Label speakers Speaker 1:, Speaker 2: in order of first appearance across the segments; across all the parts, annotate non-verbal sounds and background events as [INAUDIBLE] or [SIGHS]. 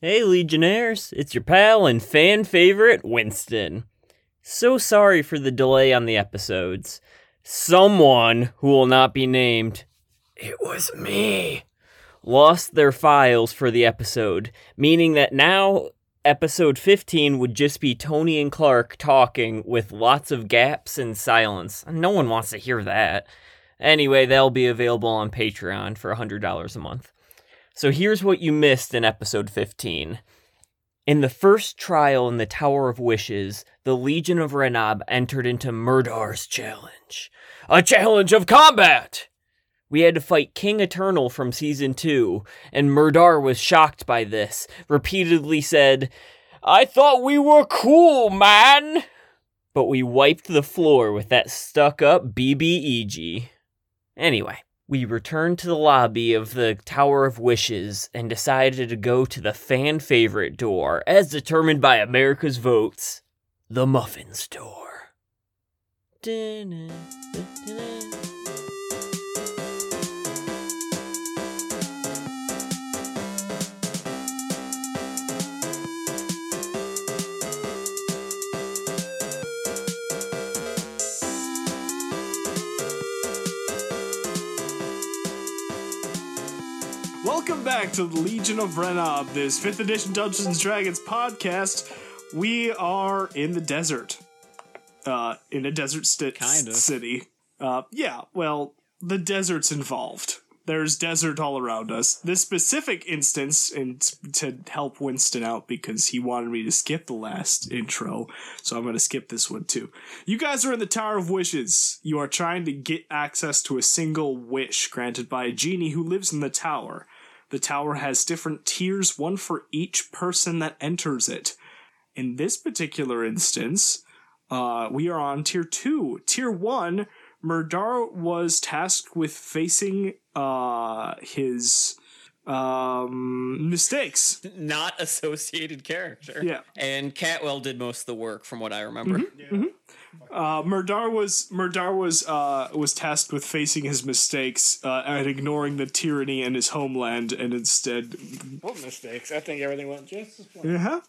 Speaker 1: Hey, Legionnaires, it's your pal and fan favorite, Winston. So sorry for the delay on the episodes. Someone who will not be named, it was me, lost their files for the episode, meaning that now episode 15 would just be Tony and Clark talking with lots of gaps and silence. No one wants to hear that. Anyway, they'll be available on Patreon for $100 a month. So here's what you missed in episode 15. In the first trial in the Tower of Wishes, the Legion of Renab entered into Murdar's challenge. A challenge of combat! We had to fight King Eternal from season 2, and Murdar was shocked by this, repeatedly said, I thought we were cool, man! But we wiped the floor with that stuck up BBEG. E Anyway, we returned to the lobby of the Tower of Wishes and decided to go to the fan favorite door, as determined by America's votes the Muffin's door.
Speaker 2: Welcome back to the Legion of Renob, this 5th edition Dungeons and Dragons podcast. We are in the desert. Uh, in a desert sti-
Speaker 3: Kind of.
Speaker 2: city. Uh, yeah, well, the desert's involved. There's desert all around us. This specific instance, and to help Winston out because he wanted me to skip the last intro, so I'm going to skip this one too. You guys are in the Tower of Wishes. You are trying to get access to a single wish granted by a genie who lives in the tower. The tower has different tiers, one for each person that enters it. In this particular instance, uh, we are on tier two. Tier one, Murdar was tasked with facing uh, his um, mistakes.
Speaker 3: Not associated character.
Speaker 2: Yeah.
Speaker 3: And Catwell did most of the work from what I remember.
Speaker 2: Uh, Murdar was Murdar was uh, was tasked with facing his mistakes uh, and ignoring the tyranny in his homeland, and instead,
Speaker 4: What mistakes? I think everything went just as planned.
Speaker 2: uh-huh.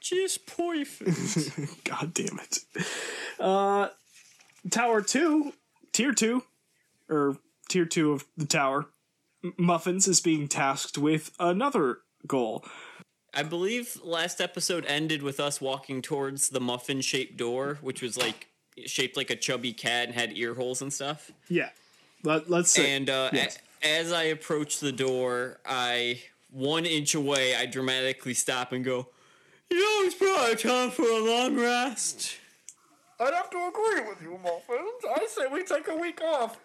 Speaker 3: Just
Speaker 2: [LAUGHS]
Speaker 3: perfect.
Speaker 2: God damn it. Uh, tower two, tier two, or tier two of the tower. M- Muffins is being tasked with another goal.
Speaker 3: I believe last episode ended with us walking towards the muffin shaped door, which was like shaped like a chubby cat and had ear holes and stuff.
Speaker 2: Yeah. Let, let's say.
Speaker 3: And uh, a- as I approach the door, I one inch away, I dramatically stop and go, You know, it's probably time for a long rest.
Speaker 4: I'd have to agree with you, Muffins. I say we take a week off.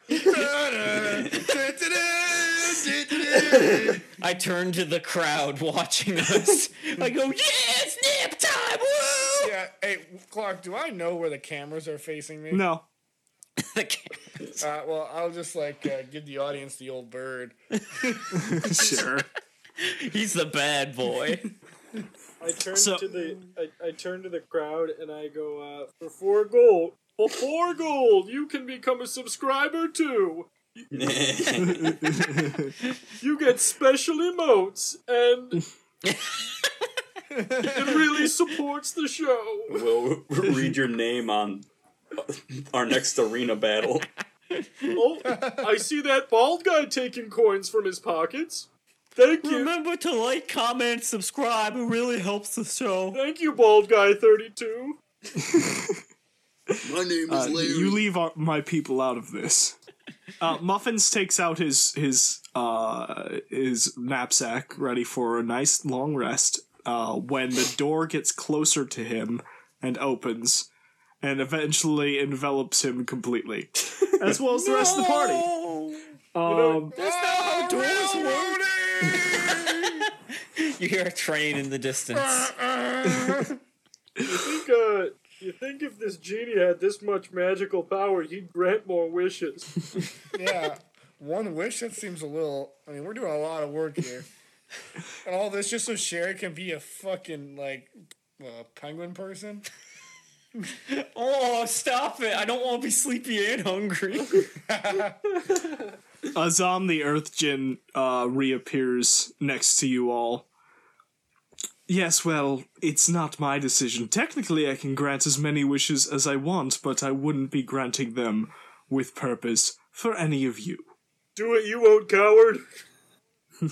Speaker 4: That's
Speaker 3: [LAUGHS] I turn to the crowd watching us. I go, yeah, it's nap time! Woo! [LAUGHS]
Speaker 4: Yeah, hey, Clark, do I know where the cameras are facing me?
Speaker 2: no. [LAUGHS]
Speaker 3: The ca-
Speaker 4: Uh, well, I'll just, like, uh, give the audience the old bird.
Speaker 2: sure.
Speaker 3: He's the bad boy.
Speaker 4: [LAUGHS]
Speaker 5: I turn
Speaker 2: So-
Speaker 5: to the I, I turn to the crowd and I go uh, for four gold. For four gold, you can become a subscriber too. You get special emotes, and it really supports the show.
Speaker 6: [LAUGHS] We'll read your name on our next arena battle.
Speaker 5: Oh, I see that bald guy taking coins from his pockets. Thank you,
Speaker 3: Remember to like, comment, subscribe. It really helps the show.
Speaker 5: thank you, bald guy thirty-two.
Speaker 6: [LAUGHS] My name
Speaker 2: Uh, you leave our, my people out of this. Uh, Muffins takes out his his uh, his knapsack, ready for a nice long rest. Uh, when the door gets closer to him and opens, and eventually envelops him completely, as well as the rest of the party. Um,
Speaker 3: That's not how doors work. You hear a train in the
Speaker 6: [LAUGHS]
Speaker 3: distance.
Speaker 5: You think, uh, you think if this genie had this much magical power, he'd grant more wishes?
Speaker 4: Yeah. One wish? That seems a little. I mean, we're doing a lot of work here. and all this just so Sherry can be a fucking, like, uh, penguin person?
Speaker 3: Oh, stop it! I don't want to be sleepy and hungry.
Speaker 2: Azam the Earth Djinn uh, reappears next to you all. Yes, well, it's not my decision. Technically, I can grant as many wishes as I want, but I wouldn't be granting them with purpose for any of you.
Speaker 5: Do it, you old coward.
Speaker 2: [LAUGHS]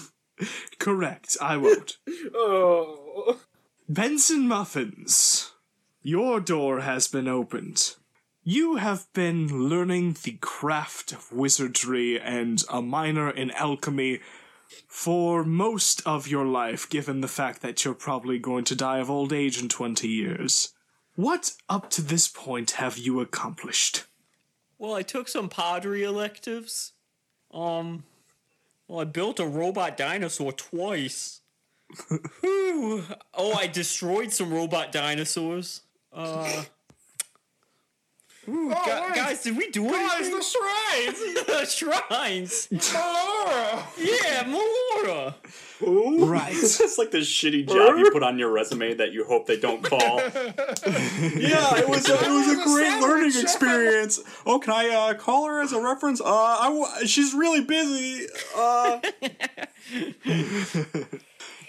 Speaker 2: Correct, I won't.
Speaker 5: [LAUGHS] Oh,
Speaker 2: Benson Muffins, your door has been opened. You have been learning the craft of wizardry and a minor in alchemy for most of your life, given the fact that you're probably going to die of old age in 20 years. What up to this point have you accomplished?
Speaker 3: Well, I took some pottery electives. Um, well, I built a robot dinosaur twice. Whew. Oh, I destroyed some robot dinosaurs. Uh,
Speaker 4: Oh,
Speaker 3: gu-
Speaker 4: wait.
Speaker 3: guys, did we do
Speaker 4: Guys,
Speaker 3: anything?
Speaker 4: the shrines!
Speaker 3: [LAUGHS] Shrines.
Speaker 4: Melora!
Speaker 3: Yeah, Melora.
Speaker 2: Right.
Speaker 6: It's like this shitty job you put on your resume that you hope they don't
Speaker 3: [LAUGHS]
Speaker 6: call. yeah, it was a, it was a great learning experience. Oh, can I uh, call her as a reference? Uh, I w- she's really busy. Uh,
Speaker 2: [LAUGHS]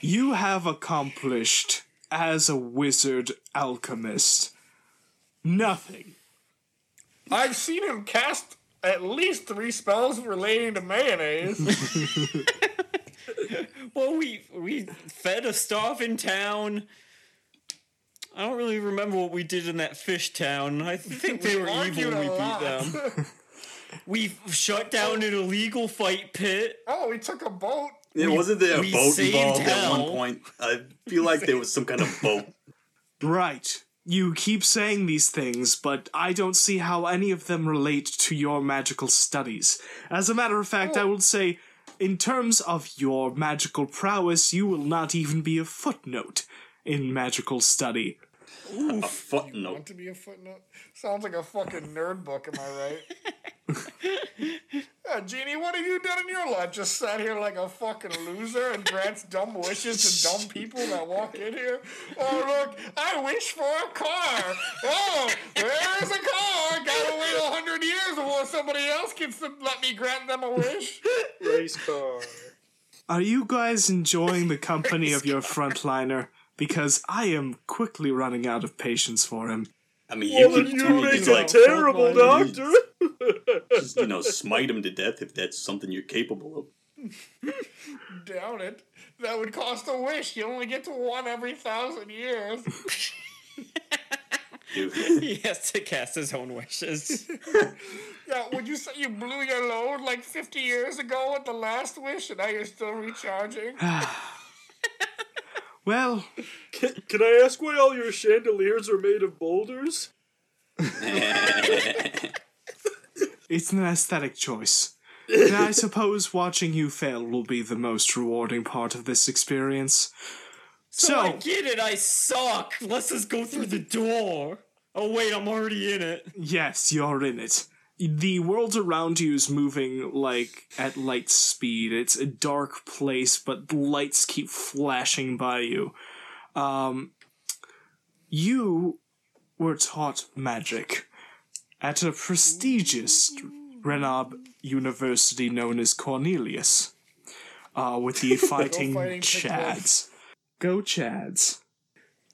Speaker 2: you have accomplished as a wizard alchemist nothing.
Speaker 4: I've seen him cast at least three spells relating to mayonnaise.
Speaker 3: Well, Oh, we we fed a starving town. I don't really remember what we did in that fish town. I think they were evil.
Speaker 4: argued
Speaker 3: when
Speaker 4: a
Speaker 3: We beat
Speaker 4: lot.
Speaker 3: them. We shut down an illegal fight pit.
Speaker 4: oh, we took a boat.
Speaker 6: it wasn't there a
Speaker 3: we
Speaker 6: boat
Speaker 3: saved
Speaker 6: involved at one
Speaker 3: hell.
Speaker 6: point. I feel like there was some kind of boat.
Speaker 2: Right. You keep saying these things, but I don't see how any of them relate to your magical studies. As a matter of fact, I would say, in terms of your magical prowess, you will not even be a footnote in magical study.
Speaker 6: A footnote.
Speaker 4: Want to be a footnote? Sounds like a fucking nerd book, am I right? yeah, Jeannie, what have you done in your life? Just sat here like a fucking loser and grants dumb wishes to dumb people that walk in here? Oh, look, I wish for a car. Oh, there's a car. Gotta wait a hundred years before somebody else can s- let me grant them a wish.
Speaker 5: race car.
Speaker 2: Are you guys enjoying the company of your frontliner? Because I am quickly running out of patience for him.
Speaker 6: I mean, you
Speaker 5: Well,
Speaker 6: keep
Speaker 5: you
Speaker 6: telling me
Speaker 5: make
Speaker 6: to,
Speaker 5: a
Speaker 6: like
Speaker 5: terrible doctor.
Speaker 6: just, you know smite him to death if that's something you're capable of.
Speaker 4: Doubt it. That would cost a wish. You only get to one every thousand years.
Speaker 6: Dude,
Speaker 3: He has to cast his own wishes.
Speaker 4: Yeah, would you say you blew your load like 50 years ago with the last wish and now you're still [SIGHS] recharging?
Speaker 2: Well,
Speaker 5: Can, can I ask why all your chandeliers are made of boulders?
Speaker 2: [LAUGHS] It's an aesthetic choice. and I suppose watching you fail will be the most rewarding part of this experience.
Speaker 3: So I
Speaker 2: So,
Speaker 3: get it. I suck. Let's just go through the door. Oh wait, I'm already in it.
Speaker 2: yes, you're in it. The world around you is moving like at light speed. It's a dark place, but the lights keep flashing by you. Um, you were taught magic at a prestigious Renob university known as Cornelius, uh, with the fighting,
Speaker 4: fighting
Speaker 2: Chads. Go Chads.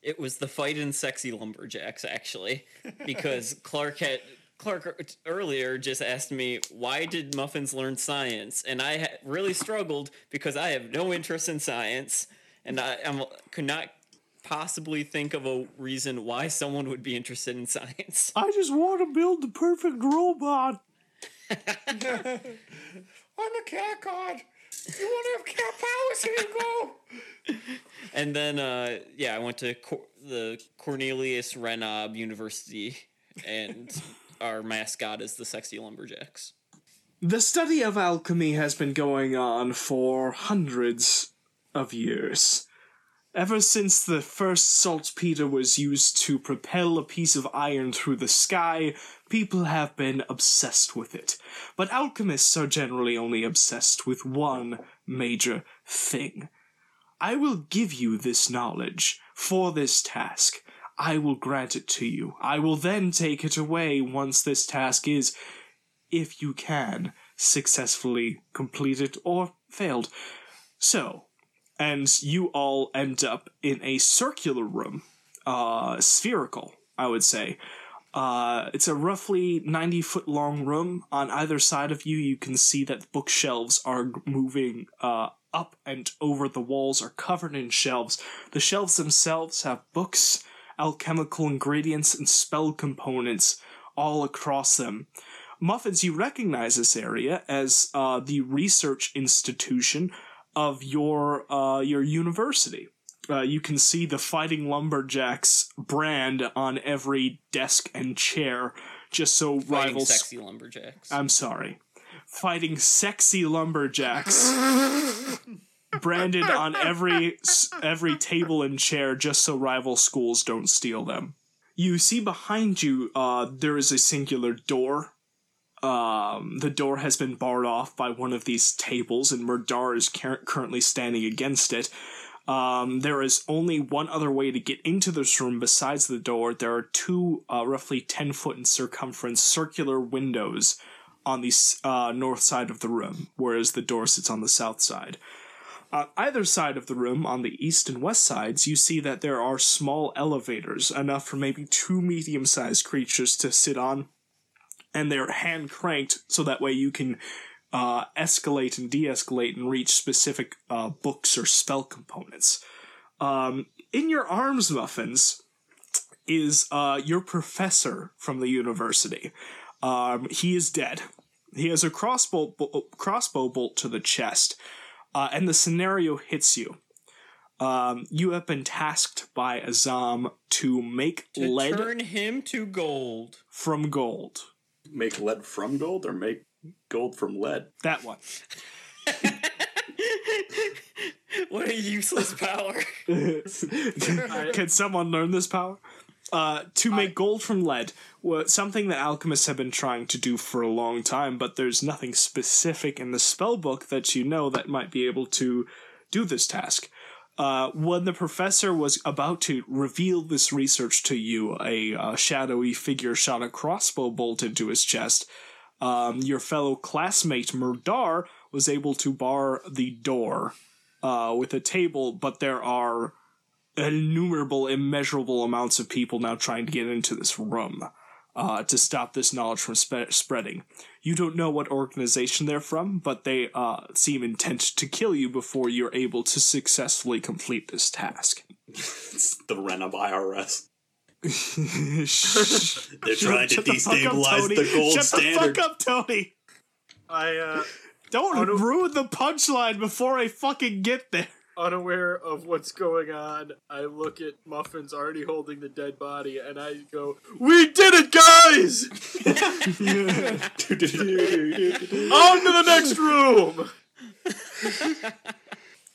Speaker 3: It was the fight in sexy lumberjacks actually, because Clark had Clark er, earlier just asked me why did muffins learn science, and I ha- really struggled because I have no interest in science, and I I'm, could not possibly think of a reason why someone would be interested in science.
Speaker 2: I just want to build the perfect robot.
Speaker 4: I'm a cat god. You want to have cat powers? Here you go.
Speaker 3: And then, uh, yeah, I went to Cor- the Cornelius Renob University, and our mascot is the sexy lumberjacks.
Speaker 2: The study of alchemy has been going on for hundreds of years. Ever since the first saltpeter was used to propel a piece of iron through the sky, people have been obsessed with it. But alchemists are generally only obsessed with one major thing. I will give you this knowledge for this task. I will grant it to you. I will then take it away once this task is if you can, successfully completed or failed. So, and you all end up in a circular room, uh, spherical, I would say. Uh, it's a roughly 90 foot long room. On either side of you, you can see that bookshelves are g- moving uh, up and over. The walls are covered in shelves. The shelves themselves have books, alchemical ingredients, and spell components all across them. Muffins, you recognize this area as uh, the research institution of your uh, your university. Uh, you can see the Fighting Lumberjacks brand on every desk and chair, just so
Speaker 3: Fighting
Speaker 2: rivals.
Speaker 3: sexy lumberjacks.
Speaker 2: I'm sorry. Fighting sexy lumberjacks. branded on every s- every table and chair just so rival schools don't steal them. You see behind you uh there is a singular door. Um the door has been barred off by one of these tables and Murdar is cur- currently standing against it. Um, there is only one other way to get into this room besides the door. There are two uh, roughly 10 foot in circumference circular windows on the s- uh, north side of the room, whereas the door sits on the south side. On either side of the room, on the east and west sides, you see that there are small elevators, enough for maybe two medium sized creatures to sit on, and they're hand cranked so that way you can uh, escalate and de escalate and reach specific uh, books or spell components. Um, in your arms, Muffins, is uh, your professor from the university. Um, he is dead. He has a crossbow, bo- crossbow bolt to the chest, uh, and the scenario hits you. Um, you have been tasked by Azam to make
Speaker 3: to
Speaker 2: lead
Speaker 3: turn him
Speaker 2: [LAUGHS]
Speaker 3: to gold.
Speaker 2: from gold.
Speaker 6: Make lead from gold or make gold from lead?
Speaker 2: That one.
Speaker 3: What a useless power.
Speaker 2: Can someone learn this power? Uh, to make gold from lead, wa- something that alchemists have been trying to do for a long time, but there's nothing specific in the spell book that you know that might be able to do this task. Uh, when the professor was about to reveal this research to you, a uh, shadowy figure shot a crossbow bolt into his chest. Um, your fellow classmate Murdar was able to bar the door uh, with a table, but there are innumerable, immeasurable amounts of people now trying to get into this room uh, to stop this knowledge from spe- spreading. You don't know what organization they're from, but they uh, seem intent to kill you before you're able to successfully complete this
Speaker 6: [LAUGHS]
Speaker 2: task. [LAUGHS]
Speaker 6: It's the rent of IRS.
Speaker 2: Shut
Speaker 6: They're trying to
Speaker 2: the fuck up,
Speaker 6: destabilize
Speaker 2: Tony.
Speaker 6: the gold
Speaker 2: Shut
Speaker 6: standard.
Speaker 2: the fuck up, Tony.
Speaker 5: I, uh,
Speaker 2: Don't
Speaker 5: Oh, no.
Speaker 2: ruin the punchline before I fucking get there.
Speaker 5: unaware of what's going on, I look at Muffins already holding the dead body, and I go, "We did it, guys! On to the
Speaker 2: [LAUGHS]
Speaker 5: next room."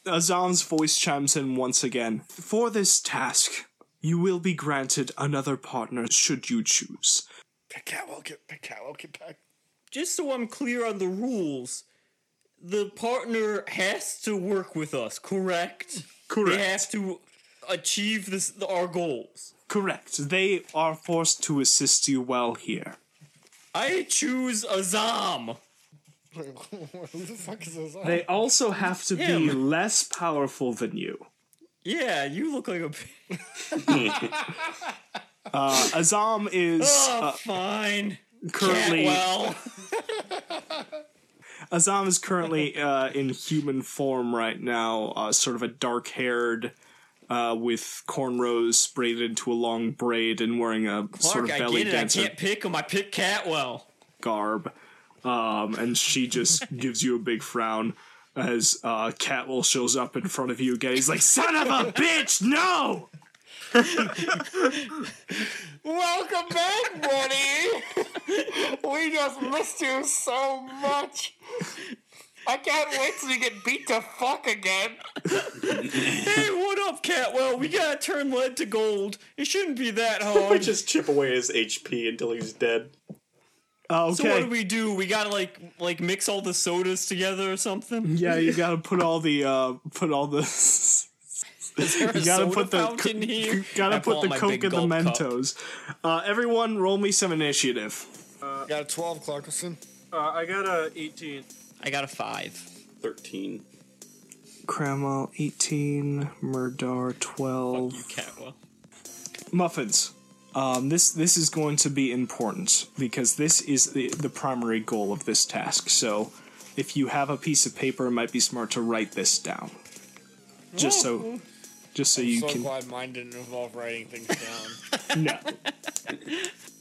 Speaker 2: Azam's voice chimes in once again. For this task, you will be granted another partner should you choose.
Speaker 4: Picat will get Picat will get back.
Speaker 3: [LAUGHS] Just so I'm clear on the rules, the partner has to work with us, correct?
Speaker 2: Correct.
Speaker 3: They have to achieve this our goals.
Speaker 2: Correct. They are forced to assist you well here.
Speaker 3: I choose Azam.
Speaker 4: [LAUGHS] Who the fuck is this?
Speaker 2: They also have to be
Speaker 3: Him.
Speaker 2: less powerful than you.
Speaker 3: Yeah, you look like a.
Speaker 6: [LAUGHS]
Speaker 2: Uh, Azam is uh,
Speaker 3: Oh, fine.
Speaker 2: currently
Speaker 3: Well,
Speaker 2: Azam is currently
Speaker 3: [LAUGHS]
Speaker 2: uh, in human form right now, uh, sort of a dark haired, uh, with cornrows braided into a long braid and wearing a sort
Speaker 3: Clark,
Speaker 2: of
Speaker 3: I
Speaker 2: belly
Speaker 3: get it.
Speaker 2: dancer
Speaker 3: I can't pick him. I pick Catwell.
Speaker 2: garb. Um, and she
Speaker 3: [LAUGHS]
Speaker 2: just gives you a big frown as uh, Catwell shows up in front of you again. He's like, Son of
Speaker 3: [LAUGHS]
Speaker 2: a bitch, no!
Speaker 4: Welcome back, buddy. we just missed you so much. I can't wait till you get beat to fuck again.
Speaker 3: Hey, what up, Catwell? We gotta turn lead to gold. It shouldn't
Speaker 2: [LAUGHS]
Speaker 3: be that
Speaker 6: I
Speaker 3: hard.
Speaker 6: just chip away his HP until he's dead.
Speaker 2: Oh, Okay.
Speaker 3: So what do we do? We gotta like like mix all the sodas together or something. [LAUGHS]
Speaker 2: Yeah, [LAUGHS] you gotta put all the uh put all the [LAUGHS]
Speaker 3: Is there a
Speaker 2: you gotta
Speaker 3: soda
Speaker 2: put the co-
Speaker 3: fountain here?
Speaker 2: you gotta
Speaker 3: I pull
Speaker 2: put
Speaker 3: out
Speaker 2: the
Speaker 3: my
Speaker 2: coke
Speaker 3: big
Speaker 2: in the
Speaker 3: gulp cup.
Speaker 2: Mentos. Uh, everyone, roll me some initiative.
Speaker 4: I got a 12, Clarkerson.
Speaker 5: Uh, I got a 18.
Speaker 3: I got a five.
Speaker 6: 13.
Speaker 2: Cramwell 18, Murdar 12.
Speaker 3: You Catwell.
Speaker 2: Muffins. Um, this this is going to be important because this is the, the primary goal of this task. So, if you have a piece of paper, it might be smart to write this down. Just
Speaker 3: Mm-hmm.
Speaker 2: so, just so you
Speaker 4: so
Speaker 2: can.
Speaker 4: glad mine didn't involve writing things
Speaker 2: [LAUGHS]
Speaker 4: down.
Speaker 2: No.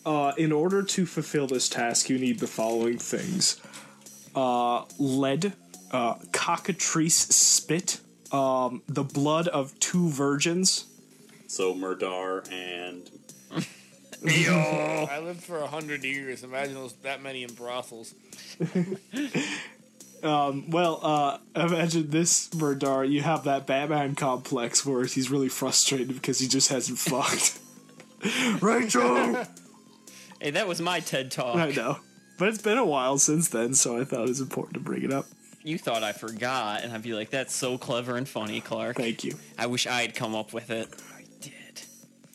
Speaker 2: Uh, in order to fulfill this task, you need the following things: uh, lead, uh, cockatrice spit, um, the blood of two virgins.
Speaker 6: So Murdar and
Speaker 4: I lived for a hundred years. Imagine those, that many in brothels.
Speaker 2: Well, uh, imagine this, Murdar. You have that Batman complex where he's really frustrated because he just hasn't fucked. Rachel!
Speaker 3: Hey, that was my TED
Speaker 2: [LAUGHS]
Speaker 3: talk.
Speaker 2: I know. But it's been a while since then, so I thought it was important to bring it up.
Speaker 3: You thought I forgot, and I'd be like, "That's so clever and funny, Clark."
Speaker 2: Thank you.
Speaker 3: I wish I had come up with it. I did.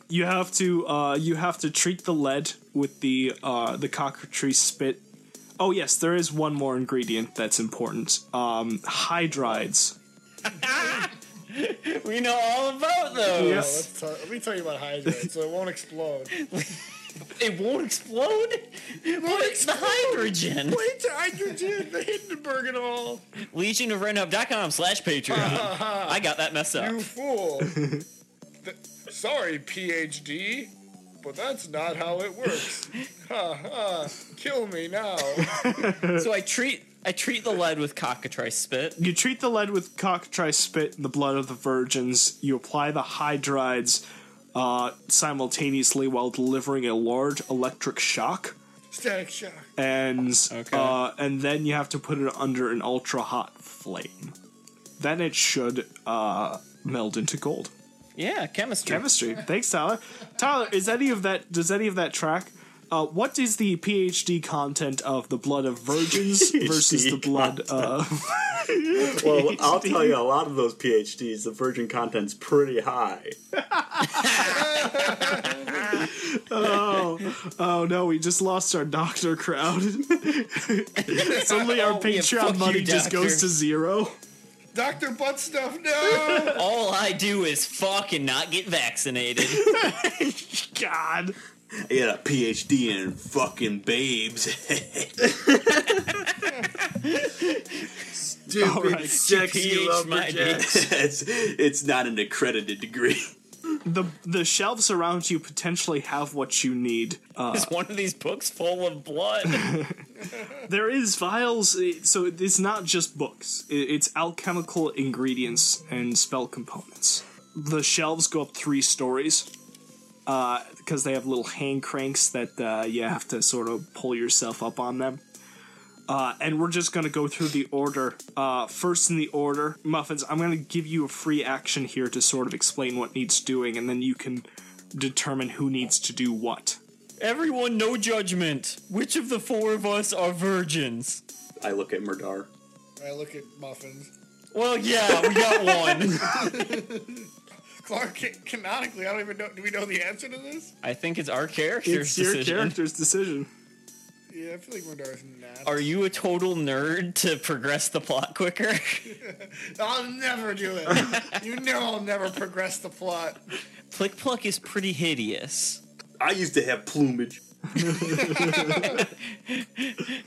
Speaker 2: You have to uh, you have to treat the lead with the uh, the cockatrice spit. Oh yes, there is one more ingredient that's important. Um, hydrides.
Speaker 3: Ah! [LAUGHS] We know all about those.
Speaker 4: Oh, let's talk, let me tell you about hydride, so it won't [LAUGHS] explode.
Speaker 3: It won't explode. What is the hydrogen?
Speaker 4: Wait, to hydrogen, the Hindenburg and all.
Speaker 3: LegionofRandom.com slash
Speaker 2: [LAUGHS]
Speaker 3: Patreon. I got that mess up.
Speaker 4: You [LAUGHS] fool. Th- sorry, PhD, but that's not how it works. Ha ha. Kill me now.
Speaker 3: So I treat I treat the lead with cockatrice spit.
Speaker 2: You treat the lead with cockatrice spit and the blood of the virgins. You apply the hydrides uh, simultaneously while delivering a large electric shock,
Speaker 4: Static shock.
Speaker 2: and
Speaker 3: Okay.
Speaker 2: uh, and then you have to put it under an ultra hot flame. Then it should uh, meld into gold.
Speaker 3: Yeah, chemistry.
Speaker 2: Chemistry. Thanks, Tyler. Tyler, is any of that? Does any of that track? Uh, what is the PhD content of the blood of virgins versus the blood of?
Speaker 6: well, [LAUGHS] I'll tell you, a lot of those PhDs, the virgin content's pretty high.
Speaker 2: Oh no, we just lost our doctor crowd. [LAUGHS] Suddenly
Speaker 3: [LAUGHS]
Speaker 2: our
Speaker 3: fuck
Speaker 2: Patreon
Speaker 3: you,
Speaker 2: money just
Speaker 3: doctor.
Speaker 2: goes to zero.
Speaker 4: Dr. Butt Stuff, no! [LAUGHS]
Speaker 3: All I do is fuck and not get [LAUGHS] vaccinated.
Speaker 2: God.
Speaker 6: He had a PhD in fucking babes. [LAUGHS] Stupid
Speaker 2: Alright.
Speaker 6: sexy
Speaker 3: PhD.
Speaker 6: lumberjacks. it's, it's not an accredited degree.
Speaker 2: The the shelves around you potentially have what you need. Uh,
Speaker 3: Is one of these books full of blood?
Speaker 2: there is vials, eh, so it's not just books. I- It's alchemical ingredients and spell components. The shelves go up three stories because they have little hand cranks that uh, you have to sort of pull yourself up on them. Uh, and we're just gonna go through the order. Uh, first in the order, muffins. I'm gonna give you a free action here to sort of explain what needs doing, and then you can determine who needs to do what.
Speaker 3: [LAUGHS] Everyone, no judgment. Which of the four of us are virgins?
Speaker 6: I look at Murdar.
Speaker 4: I look at muffins.
Speaker 3: Well, yeah, we [LAUGHS] got one.
Speaker 4: Clark, ca- canonically, I don't even know. Do we know the answer to this?
Speaker 3: I think it's our character's
Speaker 2: It's your
Speaker 3: decision.
Speaker 2: character's decision.
Speaker 4: Yeah, I feel like Murdar's not.
Speaker 3: Are you a total nerd to progress the plot quicker? [LAUGHS]
Speaker 4: I'll never do [LAUGHS] it. you know I'll never progress the plot.
Speaker 3: Plick Pluck is pretty hideous.
Speaker 6: I used to have plumage. [LAUGHS]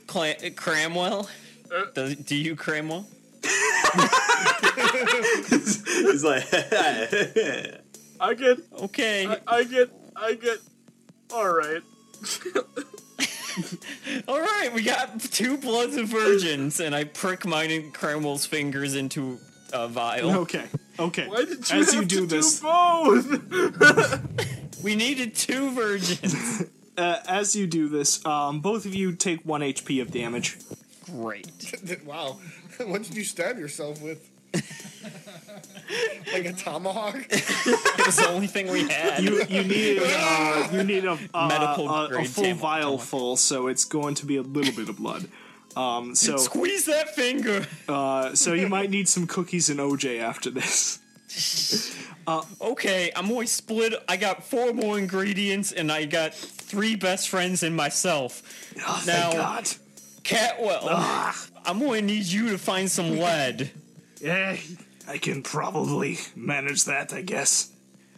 Speaker 3: Cla- Cramwell?
Speaker 2: Uh,
Speaker 3: Does, do you Cramwell?
Speaker 6: It's like, [LAUGHS]
Speaker 5: I get,
Speaker 3: Okay.
Speaker 5: I get, I get. All right. [LAUGHS]
Speaker 3: All right, we got two Bloods of Virgins, and I prick mine and Cramwell's fingers into a vial.
Speaker 2: Okay. Okay.
Speaker 5: Oh. Why did you
Speaker 2: As
Speaker 5: have
Speaker 2: you do
Speaker 5: to
Speaker 2: this,
Speaker 5: do
Speaker 2: [LAUGHS]
Speaker 5: both?
Speaker 3: We needed two virgins.
Speaker 2: uh, as you do this, um, both of you take one HP of damage.
Speaker 3: Great.
Speaker 4: [LAUGHS] Wow. What did you stab yourself with? [LAUGHS] like a tomahawk?
Speaker 3: It was the only thing we had.
Speaker 2: You you need uh, you need a, uh,
Speaker 3: Medical
Speaker 2: a, a
Speaker 3: grade
Speaker 2: full
Speaker 3: sample.
Speaker 2: vial full, so it's going to be a little bit of blood. Um, so
Speaker 3: Squeeze that finger.
Speaker 2: uh, so you might need some cookies and OJ after this.
Speaker 3: Okay, I'm always split. I got four more ingredients, and I got three best friends and myself.
Speaker 2: Oh,
Speaker 3: Now-
Speaker 2: thank God.
Speaker 3: Catwell, I'm going to need you to find some lead.
Speaker 2: Yeah. I can probably manage that, I guess.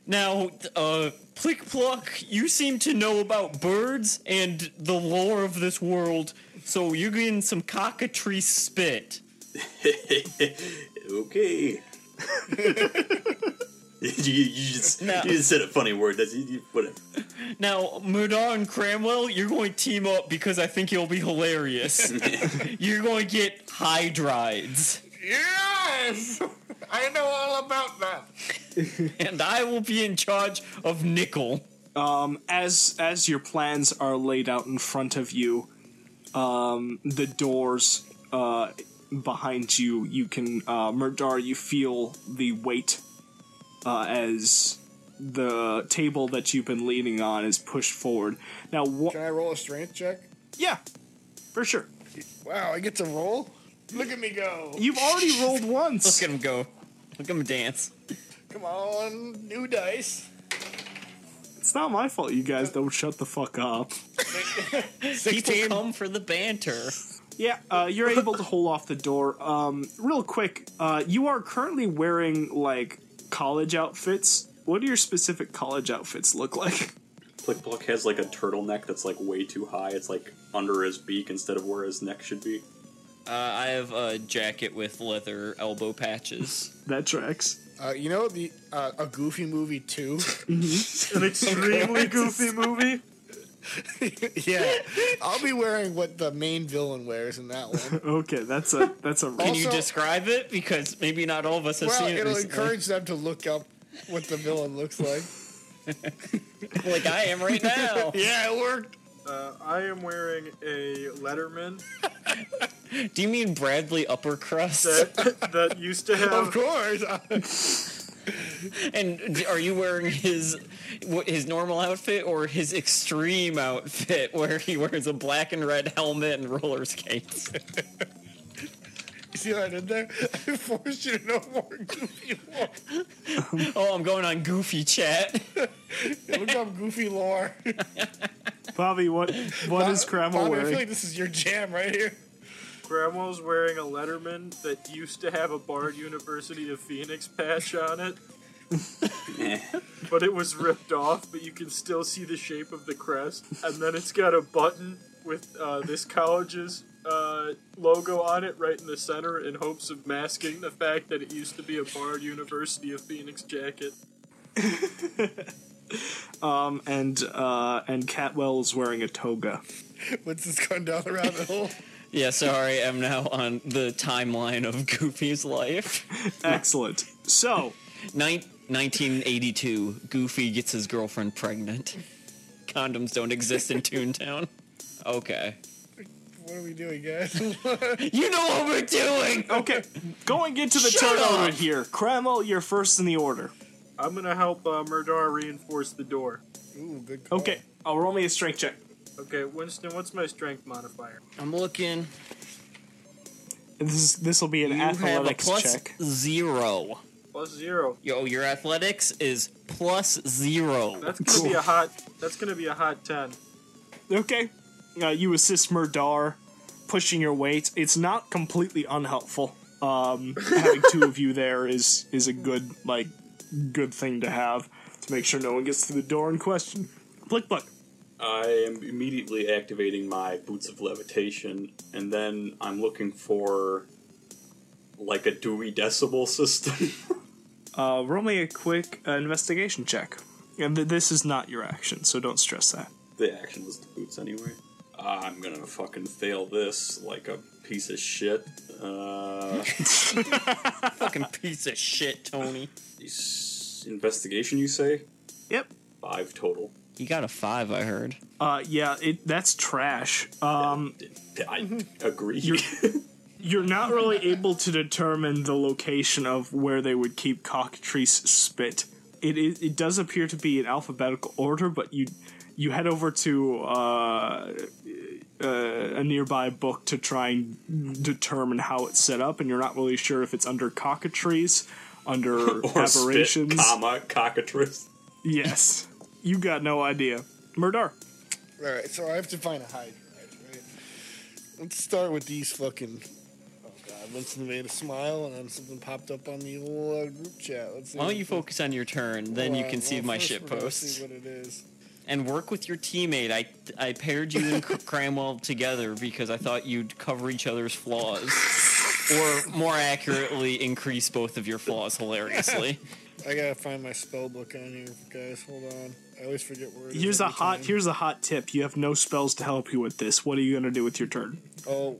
Speaker 3: Now, uh, Plick Pluck, you seem to know about birds and the lore of this world, so you're getting some cockatrice spit.
Speaker 6: [LAUGHS] okay. [LAUGHS] you, you just,
Speaker 3: No.
Speaker 6: you just said a funny word. That's you, you- whatever.
Speaker 3: Now, Murdar and Cramwell, you're going to team up because I think you'll be hilarious. you're going to get hydrides,
Speaker 4: [LAUGHS] Yes! [LAUGHS] I know all about that.
Speaker 3: and I will be in charge of Nickel.
Speaker 2: Um, as as your plans are laid out in front of you, um, the doors uh, behind you, you can uh, Murdar, you feel the weight uh, as the table that you've been leaning on is pushed forward. Now, wha-
Speaker 4: Can I roll a strength check?
Speaker 2: yeah, for sure.
Speaker 4: Wow, I get to roll? Look at me go.
Speaker 2: You've already rolled once.
Speaker 3: [LAUGHS] Look at him go. Look at him dance.
Speaker 4: Come on, new dice.
Speaker 2: It's not my fault you guys don't shut the fuck up.
Speaker 3: People come for the banter.
Speaker 2: Yeah, uh, you're able to hold off the door. Um, real quick, uh, you are currently wearing like college outfits. What do your specific college outfits look like? [LAUGHS]
Speaker 6: Plick Pluck has like a turtleneck that's like way too high. It's like under his beak instead of where his neck should be.
Speaker 3: Uh, I have a jacket with leather elbow patches.
Speaker 2: That tracks.
Speaker 4: Uh, you know the uh, a Goofy movie too. [LAUGHS]
Speaker 5: An
Speaker 2: [LAUGHS]
Speaker 5: extremely goofy movie.
Speaker 4: yeah, I'll be wearing what the main villain wears in that [LAUGHS] one.
Speaker 2: Okay, that's a that's
Speaker 3: [LAUGHS]
Speaker 2: a.
Speaker 3: Can
Speaker 2: reach.
Speaker 4: Also-
Speaker 3: you describe it? Because maybe not all of us have
Speaker 4: Well,
Speaker 3: seen it.
Speaker 4: it'll
Speaker 3: recently.
Speaker 4: encourage them to look up what the villain looks like.
Speaker 3: like I am right now.
Speaker 4: [LAUGHS] yeah, it worked.
Speaker 5: Uh, I am wearing a Letterman
Speaker 3: Do you mean Bradley upper crust?
Speaker 5: that that used to
Speaker 4: Of
Speaker 5: have.
Speaker 4: course. Uh,
Speaker 3: and d- are you wearing his wh- his normal outfit or his extreme outfit where he wears a black and red helmet and roller skates?
Speaker 4: See what I did there? [LAUGHS] I forced you to know more Goofy lore.
Speaker 3: Oh, I'm going on goofy chat. [LAUGHS]
Speaker 4: Look up Goofy lore.
Speaker 2: Bobby, what what is Crammel
Speaker 4: Bobby, I feel
Speaker 2: wearing?
Speaker 4: like this is your jam right here. [LAUGHS]
Speaker 5: Grandma's wearing a Letterman that used to have a Bard University of Phoenix patch on it, but it was ripped off. But you can still see the shape of the crest, and then it's got a button with uh, this college's uh, logo on it right in the center, in hopes of masking the fact that it used to be a Bard University of Phoenix jacket.
Speaker 2: Um, and uh, and Catwell is wearing a toga.
Speaker 4: What's this going down the rabbit hole?
Speaker 3: yeah, sorry, I'm now on the timeline of Goofy's life.
Speaker 2: Excellent. So
Speaker 3: Nin- 1982, Goofy gets his girlfriend pregnant. Condoms don't exist in Toontown. Okay.
Speaker 4: What are we doing, guys? [LAUGHS]
Speaker 3: You know what we're doing!
Speaker 2: okay, going into the
Speaker 3: Shut
Speaker 2: turnover
Speaker 3: up!
Speaker 2: here. Crammel, you're first in the order.
Speaker 5: I'm gonna help uh, Murdar reinforce the door.
Speaker 4: Ooh, good call.
Speaker 2: Okay, I'll roll me a strength check.
Speaker 5: Okay, Winston, what's my strength modifier?
Speaker 3: I'm looking.
Speaker 2: This is this will be an
Speaker 3: You have a
Speaker 2: athletics
Speaker 3: plus
Speaker 2: check.
Speaker 3: zero.
Speaker 5: Plus zero.
Speaker 3: Yo, your athletics is plus zero.
Speaker 5: That's gonna be a hot. That's gonna be a hot ten.
Speaker 2: Okay. Uh, you assist Murdar pushing your weight. It's not completely unhelpful. Um, having two of you there is is a good like good thing to have to make sure no one gets through the door in question. Blick Blick.
Speaker 6: [LAUGHS] I am immediately activating my boots of levitation, and then I'm looking for like a Dewey Decimal system. [LAUGHS]
Speaker 2: Uh, roll me a quick uh, investigation check. And th- this is not your action, so don't stress that.
Speaker 6: the action was the boots anyway. I'm gonna fucking fail this like a piece of shit. Uh,
Speaker 3: Fucking piece of shit, Tony.
Speaker 6: s- investigation, you say?
Speaker 2: Yep.
Speaker 6: Five total.
Speaker 3: You got a five, I heard.
Speaker 2: Uh, yeah, it that's trash. Um,
Speaker 6: I
Speaker 2: Mm-hmm.
Speaker 6: agree.
Speaker 2: You're not really able to determine the location of where they would keep cockatrice spit. It is, it does appear to be in alphabetical order, but you you head over to uh, uh, a nearby book to try and determine how it's set up, and you're not really sure if it's under cockatrice, under
Speaker 6: [LAUGHS] [LAUGHS] or spit,
Speaker 2: aberrations.
Speaker 6: comma, cockatrice.
Speaker 2: yes, you got no idea. Murdar.
Speaker 4: All right, so I have to find a hide. Right? Let's start with these fucking. Oh god, Winston made a smile, and then something popped up on the old uh, group chat. Let's see.
Speaker 3: Why don't you focus on your turn? Then you
Speaker 4: Well,
Speaker 3: can see
Speaker 4: well,
Speaker 3: my
Speaker 4: first
Speaker 3: shit
Speaker 4: we're gonna
Speaker 3: posts
Speaker 4: See what it is.
Speaker 3: and work with your teammate. I I paired you [LAUGHS] and Cramwell together because I thought you'd cover each other's flaws, or more accurately, increase both of your flaws [LAUGHS] hilariously.
Speaker 4: I gotta find my spell book on here, guys. Hold on. I always forget where. it is
Speaker 2: Here's a
Speaker 4: every
Speaker 2: hot
Speaker 4: time.
Speaker 2: here's a hot tip. You have no spells to help you with this. What are you gonna do with your turn?
Speaker 4: Oh,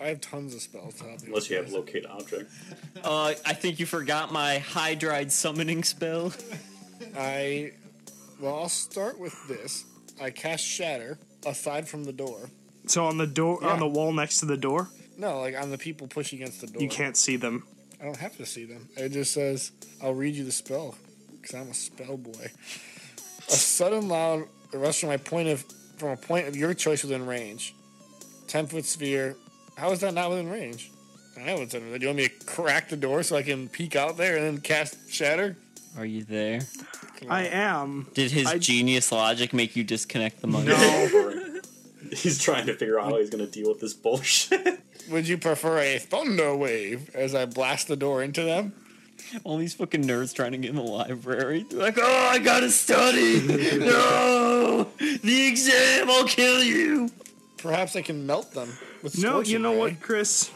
Speaker 4: I have tons of spells. To help you
Speaker 6: Unless you
Speaker 4: with this.
Speaker 6: have locate object.
Speaker 3: Uh, I think you forgot my hydride summoning spell.
Speaker 4: I well, I'll start with this. I cast Shatter aside from the door.
Speaker 2: So on the door
Speaker 4: Yeah.
Speaker 2: on the wall next to the door,
Speaker 4: No, like on the people pushing against the door.
Speaker 2: you can't see them.
Speaker 4: I don't have to see them. It just says, "I'll read you the spell," because I'm a spell boy. A sudden loud rush from my point of from a point of your choice within range. Ten foot sphere. How is that not within range? I know it's under there. Do you want me to crack the door so I can peek out there and then cast Shatter?
Speaker 3: Are you there?
Speaker 2: I
Speaker 5: [LAUGHS]
Speaker 2: am.
Speaker 3: Did his
Speaker 2: I-
Speaker 3: genius logic make you disconnect the money?
Speaker 6: No. [LAUGHS] He's trying to figure out how he's gonna deal with
Speaker 2: [LAUGHS]
Speaker 6: this bullshit.
Speaker 4: Would you prefer a thunder wave as I blast the door into them?
Speaker 3: All these fucking nerds trying to get in the library. They're [LAUGHS] like, oh, I gotta [LAUGHS] study. no, the exam. I'll kill you.
Speaker 4: Perhaps I can melt them with
Speaker 2: No,
Speaker 4: scorching
Speaker 2: you know
Speaker 4: ray.
Speaker 2: what, Chris?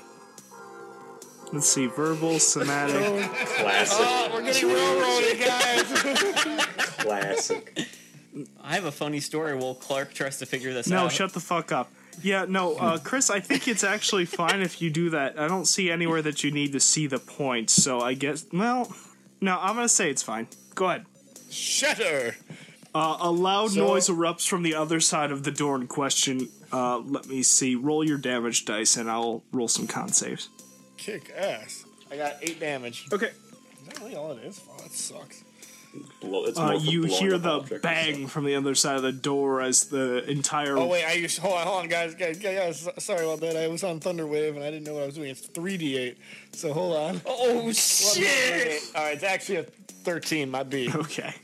Speaker 2: Let's see, verbal, somatic.
Speaker 6: Classic.
Speaker 4: We're getting railroaded, guys.
Speaker 6: Classic.
Speaker 3: I have a funny story while Clark tries to figure this out.
Speaker 2: no, shut the fuck up. Yeah, no, uh, Chris, I think it's actually fine if you do that. I don't see anywhere that you need to see the point, so I guess well no, I'm gonna say it's fine. Go ahead.
Speaker 4: Shatter.
Speaker 2: Uh, a loud
Speaker 4: So-
Speaker 2: noise erupts from the other side of the door in question. Uh, let me see. Roll your damage dice, and I'll roll some con saves.
Speaker 4: Kick ass. I got eight damage.
Speaker 2: Okay.
Speaker 4: Is that really all it is? Oh, that sucks.
Speaker 6: Blow, it's
Speaker 2: Uh,
Speaker 6: more for
Speaker 2: you
Speaker 6: blowing
Speaker 2: hear
Speaker 6: up
Speaker 2: the
Speaker 6: objects and
Speaker 2: bang from the other side of the door as the entire.
Speaker 4: Oh wait, I used hold on, hold on, guys, guys, guys. guys, Sorry about that. I was on Thunderwave and I didn't know what I was doing. It's three d eight. So hold on.
Speaker 3: Oh shit!
Speaker 4: All right, it's actually a thirteen.
Speaker 2: [LAUGHS]
Speaker 4: My B.
Speaker 2: Okay.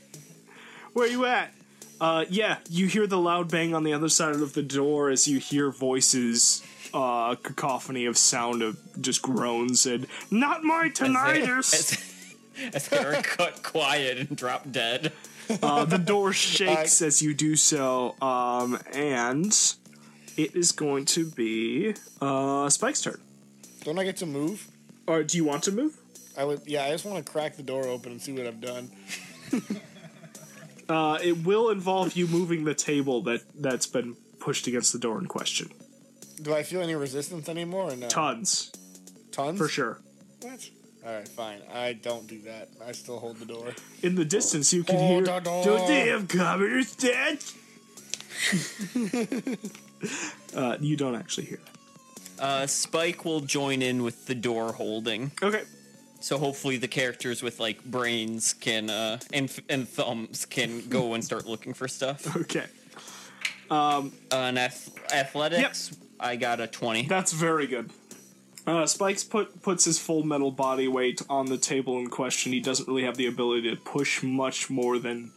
Speaker 2: Where you at? Uh, yeah, you hear the loud bang on the other side of the door as you hear voices, uh, cacophony of sound of just groans and not my tinnitus.
Speaker 3: As, as they are cut quiet and drop dead.
Speaker 2: Uh, the
Speaker 6: [LAUGHS]
Speaker 2: door shakes as you do so, um, and it is going to be uh, Spike's turn.
Speaker 4: Don't I get to move?
Speaker 2: Or do you want to move?
Speaker 4: I would. Yeah, I just want to crack the door open and see what I've done.
Speaker 2: Uh, it will involve you moving the table that that's been pushed against the door in question.
Speaker 4: Do I feel any resistance anymore? Or no?
Speaker 2: Tons,
Speaker 4: Tons.
Speaker 2: for sure.
Speaker 4: What? All right, fine. I don't do that. I still hold the door.
Speaker 2: In the distance, you can
Speaker 4: Oh,
Speaker 2: hear.
Speaker 4: da, da.
Speaker 2: Don't they have commoner stats? [LAUGHS] uh, you don't actually hear that.
Speaker 3: Uh, Spike will join in with the door holding.
Speaker 2: Okay.
Speaker 3: So hopefully the characters with like brains can uh and and thumbs can go and start looking for stuff.
Speaker 2: Okay.
Speaker 3: Uh, and ath- athletics, I got a twenty.
Speaker 2: That's very good. Uh, Spikes put puts his full metal body weight on the table in question. He doesn't really have the ability to push much more than,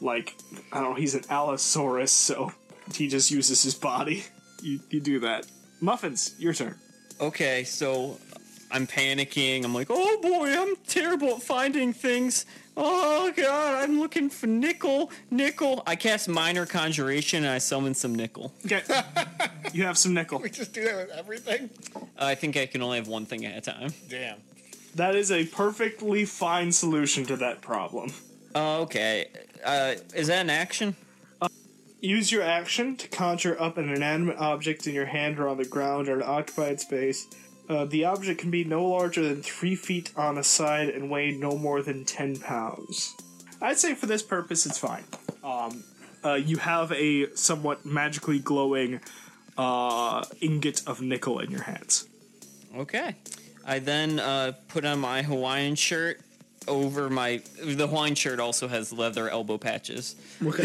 Speaker 2: like, I don't know. He's an Allosaurus, so he just uses his body. [LAUGHS] You, you do that. Muffins, your turn.
Speaker 3: Okay, so I'm panicking. I'm like, oh boy, I'm terrible at finding things. Oh god, I'm looking for nickel, nickel. I cast minor conjuration and I summon some nickel. Uh,
Speaker 2: Okay, you have some nickel.
Speaker 4: [LAUGHS] We just do that with everything.
Speaker 3: I think I can only have one thing at a time.
Speaker 4: Damn.
Speaker 2: That is a perfectly fine solution to that problem.
Speaker 3: Oh, okay. Uh, is that an action?
Speaker 2: Use your action to conjure up an inanimate object in your hand or on the ground or an occupied space. Uh, the object can be no larger than three feet on a side and weigh no more than ten pounds. I'd say for this purpose, it's fine. Um, uh, you have a somewhat magically glowing uh, ingot of nickel in your hands.
Speaker 3: Okay. I then uh, put on my Hawaiian shirt over my. The Hawaiian shirt also has leather elbow patches.
Speaker 6: [LAUGHS]
Speaker 3: [LAUGHS]
Speaker 6: [LAUGHS]
Speaker 3: Okay.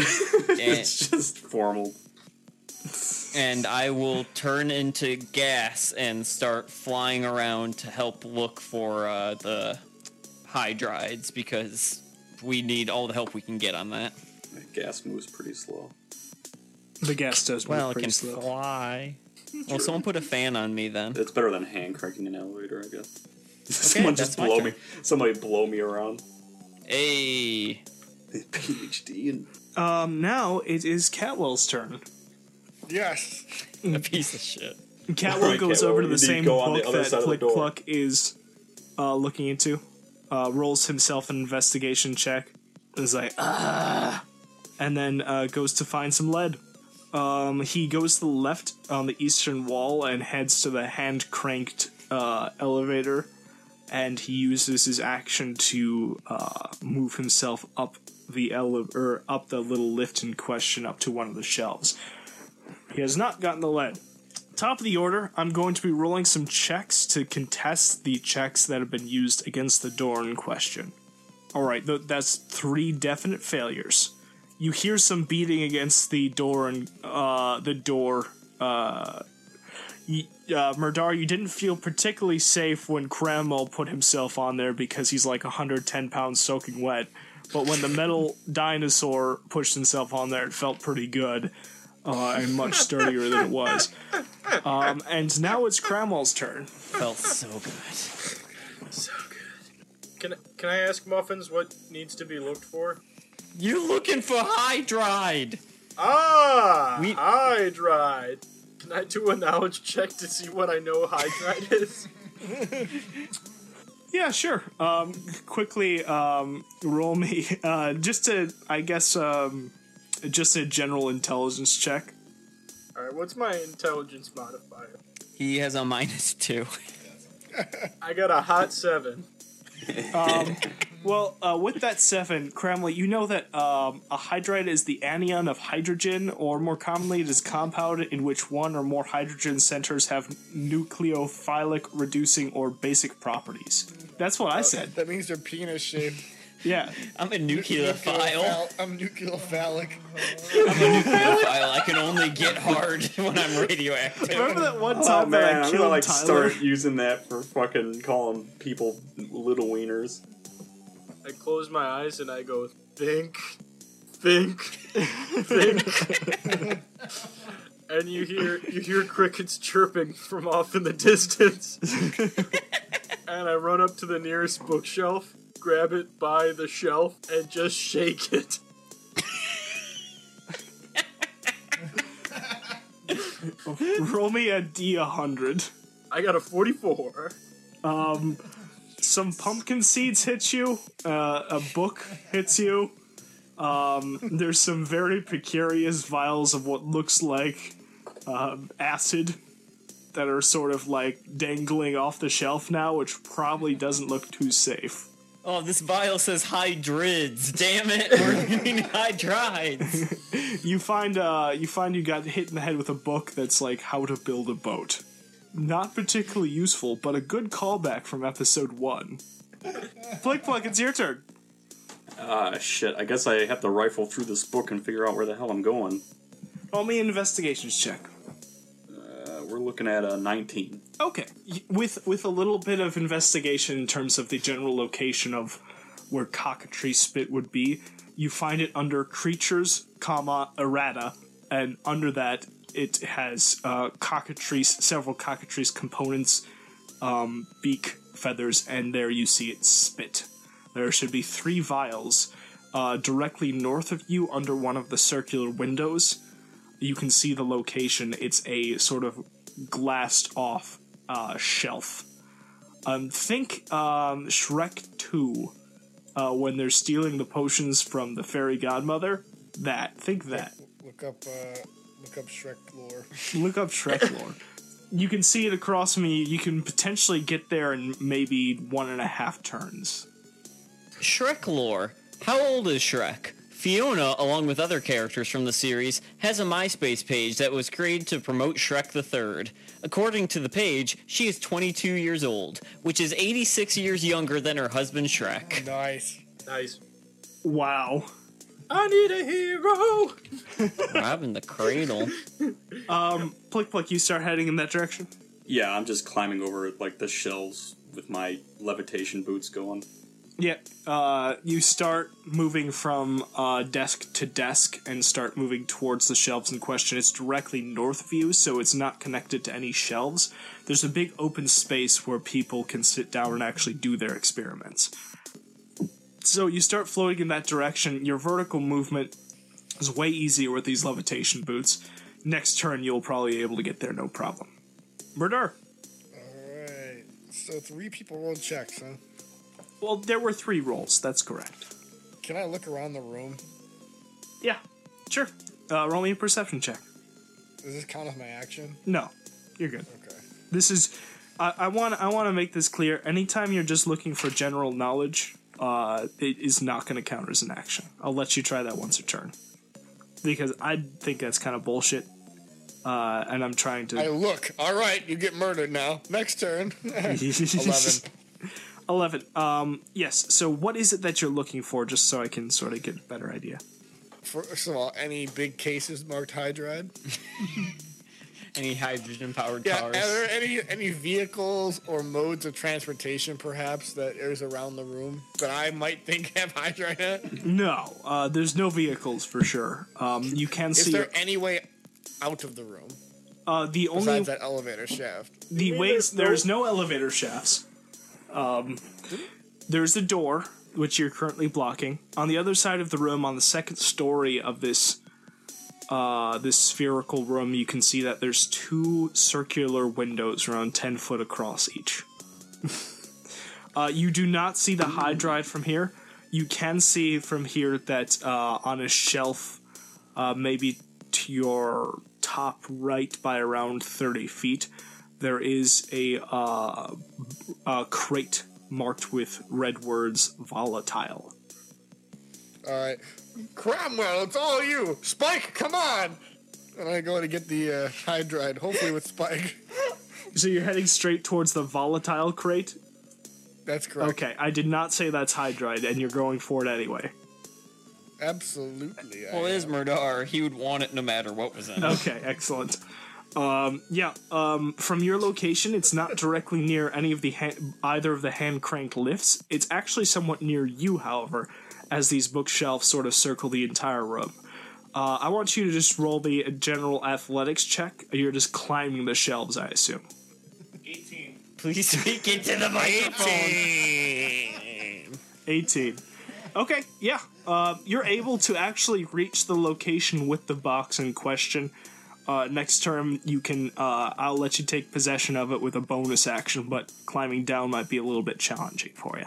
Speaker 6: It's just formal.
Speaker 3: and I will turn into gas and start flying around to help look for uh, the hydrides because we need all the help we can get on that.
Speaker 6: Gas moves pretty slow.
Speaker 2: The gas does move
Speaker 3: Well, it
Speaker 2: pretty
Speaker 3: can
Speaker 2: slow.
Speaker 3: fly. Well, someone put a fan on me then.
Speaker 6: It's better than hand cranking an elevator, I guess. [LAUGHS]
Speaker 3: Okay,
Speaker 6: Someone
Speaker 3: that's
Speaker 6: just
Speaker 3: my
Speaker 6: blow
Speaker 3: turn.
Speaker 6: me. Somebody blow me around.
Speaker 3: Hey,
Speaker 6: PhD and
Speaker 2: Um, now it is Catwell's turn.
Speaker 4: Yes.
Speaker 3: [LAUGHS] a piece of shit.
Speaker 6: [LAUGHS]
Speaker 2: Catwell
Speaker 6: Alright,
Speaker 2: goes
Speaker 6: Catwell,
Speaker 2: over to the
Speaker 6: you need to
Speaker 2: same
Speaker 6: go on
Speaker 2: book
Speaker 6: the other side
Speaker 2: that
Speaker 6: of the
Speaker 2: Click
Speaker 6: door.
Speaker 2: Cluck is uh, looking into, uh, rolls himself an investigation check, and is like, ah, and then uh, goes to find some lead. Um, he goes to the left on the eastern wall and heads to the hand cranked uh, elevator, and he uses his action to uh, move himself up the ele- or up the little lift in question up to one of the shelves. He has not gotten the lead. Top of the order, I'm going to be rolling some checks to contest the checks that have been used against the door in question. All right, th- that's three definite failures. You hear some beating against the door and uh, the door. Uh, y- uh, Murdar, you didn't feel particularly safe when Cramwell put himself on there because he's like 110 pounds soaking wet. But when the metal dinosaur pushed himself on there, it felt pretty good uh, and much sturdier than it was. Um, and now it's Cramwell's
Speaker 5: [LAUGHS]
Speaker 2: turn.
Speaker 3: Felt so good.
Speaker 5: Can can I ask Muffins what needs to be looked for?
Speaker 3: You're looking for hydride.
Speaker 5: Ah,
Speaker 3: We-
Speaker 5: hydride. Can I do a knowledge check to see what I know hydride is?
Speaker 2: [LAUGHS] Yeah, sure. Um, quickly um, roll me [LAUGHS] uh, just a, I guess, um, just a general intelligence check.
Speaker 5: All right, what's my intelligence modifier?
Speaker 3: He has a minus two.
Speaker 5: I got a hot seven.
Speaker 2: Well, uh, with that seven, Cramley, you know that um, a hydride is the anion of hydrogen, or more commonly, it is a compound in which one or more hydrogen centers have nucleophilic, reducing, or basic properties. That's what I said.
Speaker 4: That means they're penis shaped.
Speaker 2: Yeah.
Speaker 3: I'm a nuclear file.
Speaker 4: I'm nucleophilic.
Speaker 3: I can only get hard [LAUGHS] when I'm radioactive.
Speaker 2: Remember that one
Speaker 6: Oh
Speaker 2: time that
Speaker 6: man,
Speaker 2: I
Speaker 6: I'm
Speaker 2: killed
Speaker 6: gonna like
Speaker 2: Tyler?
Speaker 6: start using that for fucking calling people little wieners.
Speaker 5: I close my eyes and I go think, think, think. and you hear you hear crickets chirping from off in the distance. and I run up to the nearest bookshelf, grab it by the shelf, and just shake it.
Speaker 2: [LAUGHS] Roll me a D100.
Speaker 5: I got a 44.
Speaker 2: Some pumpkin seeds hit you, uh, a book hits you. Um, there's some very precarious vials of what looks like um, acid that are sort of like dangling off the shelf now, which probably doesn't look too safe.
Speaker 3: Oh, this vial says hydrids. Damn it, we're doing hydrides.
Speaker 2: You find uh, you find you got hit in the head with a book that's like how to build a boat. Not particularly useful, but a good callback from episode one. Flick Flick, it's your turn.
Speaker 6: Ah shit, I guess I have to rifle through this book and figure out where the hell I'm going.
Speaker 2: Roll me an investigations check.
Speaker 6: Uh, we're looking at a 19.
Speaker 2: Okay, Y- with with a little bit of investigation in terms of the general location of where cockatree spit would be, you find it under creatures, comma errata, and under that it has uh, cockatrice, several cockatrice components, um, beak, feathers, and there you see it spit. There should be three vials uh, directly north of you under one of the circular windows. You can see the location. It's a sort of glassed off uh, shelf. Um, think um, Shrek 2 uh, when they're stealing the potions from the fairy godmother. That. Think that.
Speaker 4: Look up, uh, look up Shrek lore.
Speaker 2: Look up Shrek lore. You can see it across me. You can potentially get there in maybe one and a half turns.
Speaker 3: Shrek lore. How old is Shrek? Fiona, along with other characters from the series, has a MySpace page that was created to promote Shrek the Third. According to the page, she is 22 years old, which is 86 years younger than her husband Shrek.
Speaker 4: Nice.
Speaker 5: Nice.
Speaker 2: Wow.
Speaker 5: I need a hero.
Speaker 3: Robbing the cradle.
Speaker 2: Plick Plick, you start heading in that direction.
Speaker 6: Yeah, I'm just climbing over like the shelves with my levitation boots going. [LAUGHS]
Speaker 2: Yep. Uh, you start moving from uh, desk to desk and start moving towards the shelves in question. It's directly north of you, so it's not connected to any shelves. There's a big open space where people can sit down and actually do their experiments. So you start floating in that direction. Your vertical movement is way easier with these levitation boots. Next turn, you'll probably be able to get there no problem. Murder.
Speaker 4: Alright. So three people rolled checks, huh?
Speaker 2: Well, there were three rolls. That's correct.
Speaker 4: Can I look around the room?
Speaker 2: Yeah, sure. Uh, roll me a perception check.
Speaker 4: Does this count as my action?
Speaker 2: No, you're good.
Speaker 4: Okay.
Speaker 2: This is. I, I want. I want to make this clear. Anytime you're just looking for general knowledge, uh, it is not going to count as an action. I'll let you try that once a turn, because I think that's kind of bullshit. Uh, and I'm trying
Speaker 4: I
Speaker 2: to.
Speaker 4: look. Alright, you get murdered now. Next turn. [LAUGHS]
Speaker 2: [LAUGHS]
Speaker 4: 11.
Speaker 2: Eleven. Um. Yes. So, what is it that you're looking for? Just so I can sort of get a better idea.
Speaker 4: First of all, any big cases marked hydride?
Speaker 3: Any hydrogen powered
Speaker 4: Yeah,
Speaker 3: cars?
Speaker 4: are there any any vehicles or modes of transportation perhaps that is around the room that I might think [LAUGHS] have hydride in it?
Speaker 2: No. Uh. There's no vehicles for sure. Um. You can
Speaker 4: Is
Speaker 2: see.
Speaker 4: there any way out of the room
Speaker 2: Uh. The only
Speaker 4: besides that elevator shaft?
Speaker 2: the ways there's no elevator shafts. Um, there's a door which you're currently blocking. On the other side of the room, on the second story of this uh, this spherical room, you can see that there's two circular windows around ten foot across [LAUGHS] each. uh, you do not see the hydride from here. You can see from here that uh, on a shelf, uh, maybe to your top right by around thirty feet, there is a, uh, a crate marked with red words volatile.
Speaker 4: Alright. Cromwell, it's all you! Spike, come on! And I go to get the uh, hydride, hopefully with Spike. [LAUGHS]
Speaker 2: So you're heading straight towards the volatile crate?
Speaker 4: That's correct.
Speaker 2: Okay, I did not say that's hydride, and you're going for it anyway.
Speaker 4: Absolutely. I
Speaker 3: well, it is
Speaker 4: am.
Speaker 3: Murdar. He would want it no matter what was in it.
Speaker 2: Okay, excellent. Um, yeah, um, from your location, it's not directly near any of the ha- either of the hand cranked lifts. It's actually somewhat near you, however, as these bookshelves sort of circle the entire room. Uh, I want you to just roll the general athletics check. You're just climbing the shelves, I assume.
Speaker 3: Please speak into the microphone.
Speaker 2: 18. Okay, yeah. Uh, you're able to actually reach the location with the box in question. Uh, next term, you can. Uh, I'll let you take possession of it with a bonus action, but climbing down might be a little bit challenging for you.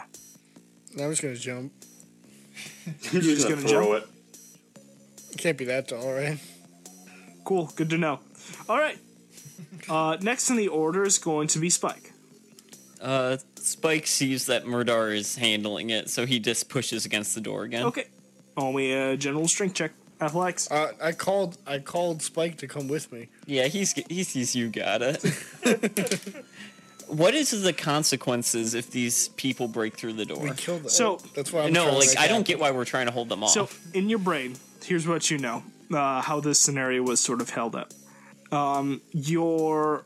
Speaker 4: I'm just gonna jump.
Speaker 6: You're
Speaker 2: just gonna
Speaker 6: throw it.
Speaker 4: Can't be that tall, right?
Speaker 2: Cool, good to know. All right. Uh, next in the order is going to be Spike.
Speaker 3: Uh, Spike sees that Murdar is handling it, so he just pushes against the door again.
Speaker 2: Okay. Only a general strength check. Athletics.
Speaker 4: Uh, I called. I called Spike to come with me.
Speaker 3: Yeah, he's he sees you got it. [LAUGHS] what is the consequences if these people break through the door?
Speaker 4: We killed them.
Speaker 2: So-
Speaker 4: that's why I'm
Speaker 3: no,
Speaker 4: trying to
Speaker 3: like
Speaker 4: make
Speaker 3: I don't
Speaker 4: that-
Speaker 3: get why we're trying to hold them off.
Speaker 2: [LAUGHS] So, in your brain, here's what you know uh, how this scenario was sort of held up. Um, your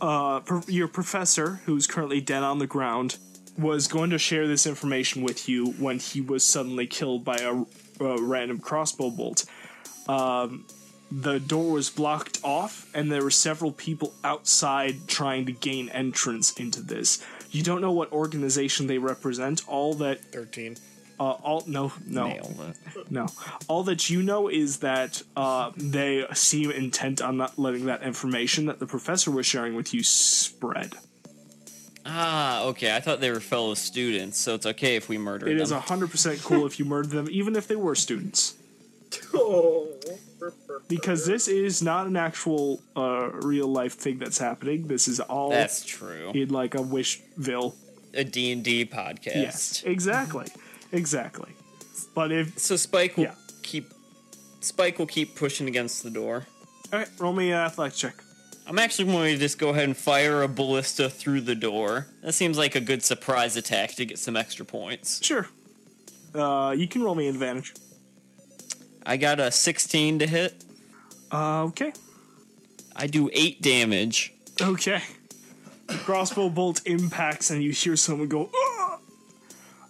Speaker 2: uh, pro- your professor, who's currently dead on the ground, was going to share this information with you when he was suddenly killed by a, a random crossbow bolt. Um, the door was blocked off, and there were several people outside trying to gain entrance into this. You don't know what organization they represent. All that,
Speaker 4: thirteen.
Speaker 2: uh, all no, no,
Speaker 3: Nail it.
Speaker 2: no. All that you know is that uh, they seem intent on not letting that information that the professor was sharing with you spread.
Speaker 3: Ah, okay. I thought they were fellow students, so it's okay if we murder
Speaker 2: It
Speaker 3: them.
Speaker 2: is a 100% cool if you murder them, even if they were students.
Speaker 5: Oh.
Speaker 2: Because this is not an actual uh, real life thing that's happening. This is all
Speaker 3: That's true.
Speaker 2: in like a Wishville.
Speaker 3: A D and D podcast.
Speaker 2: Yes, exactly. Exactly. But if.
Speaker 3: So Spike will
Speaker 2: Yeah.
Speaker 3: keep Spike will keep pushing against the door.
Speaker 2: Alright, roll me an athletics check.
Speaker 3: I'm actually going to just go ahead and fire a ballista through the door. That seems like a good surprise attack to get some extra points.
Speaker 2: Sure. Uh, you can roll me advantage.
Speaker 3: I got a 16 to hit.
Speaker 2: Uh, okay.
Speaker 3: I do 8 damage.
Speaker 2: Okay. The crossbow bolt impacts, and you hear someone go, "Ah!"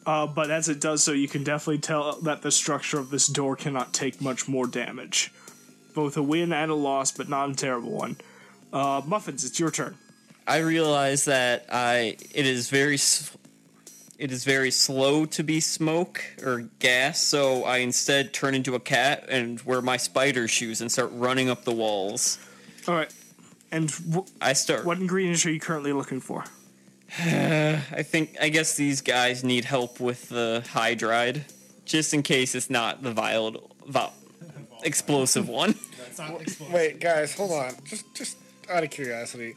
Speaker 2: Uh, but as it does so, you can definitely tell that the structure of this door cannot take much more damage. Both a win and a loss, but not a terrible one. Uh, Muffins, it's your turn.
Speaker 3: I realize that I it is very s- it is very slow to be smoke or gas, so I instead turn into a cat and wear my spider shoes and start running up the walls.
Speaker 2: All right. And w-
Speaker 3: I start.
Speaker 2: what ingredients are you currently looking for?
Speaker 3: I think I guess these guys need help with the hydride, just in case it's not the vile, vol- explosive one.
Speaker 7: It's not exploding.
Speaker 4: Wait, guys, hold on. Just, just out of curiosity,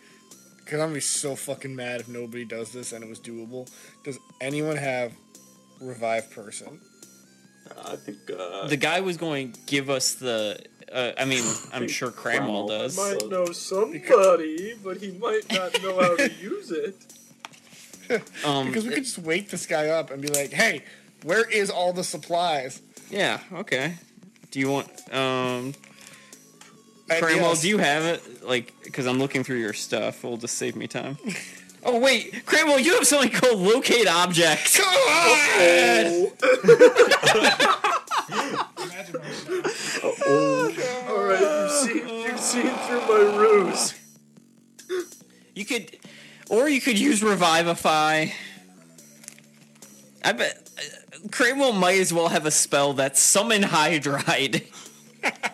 Speaker 4: because I'm gonna be so fucking mad if nobody does this and it was doable. Does anyone have revive person?
Speaker 6: I think uh,
Speaker 3: The guy was going to give us the. Uh, I mean, I'm sure
Speaker 6: Cramwell
Speaker 3: Cramwell does.
Speaker 6: might-
Speaker 5: Might know somebody, but he might not know how to use it.
Speaker 3: Um,
Speaker 4: Because we could just wake this guy up and be like, "Hey, where is all the supplies?"
Speaker 3: yeah. Okay. Do you want? Um,
Speaker 4: And
Speaker 3: Cramwell,
Speaker 4: yes,
Speaker 3: do you have it? Like, because I'm looking through your stuff. It'll just save me time. Oh wait, Cramwell, you have something called locate
Speaker 4: [LAUGHS]
Speaker 3: object.
Speaker 4: Come on!
Speaker 7: Imagine
Speaker 5: Alright, you've seen, you've seen through my ruse.
Speaker 3: You could, or you could use Revivify. I bet uh, Cramwell might as well have a spell that's summon Hydride. [LAUGHS]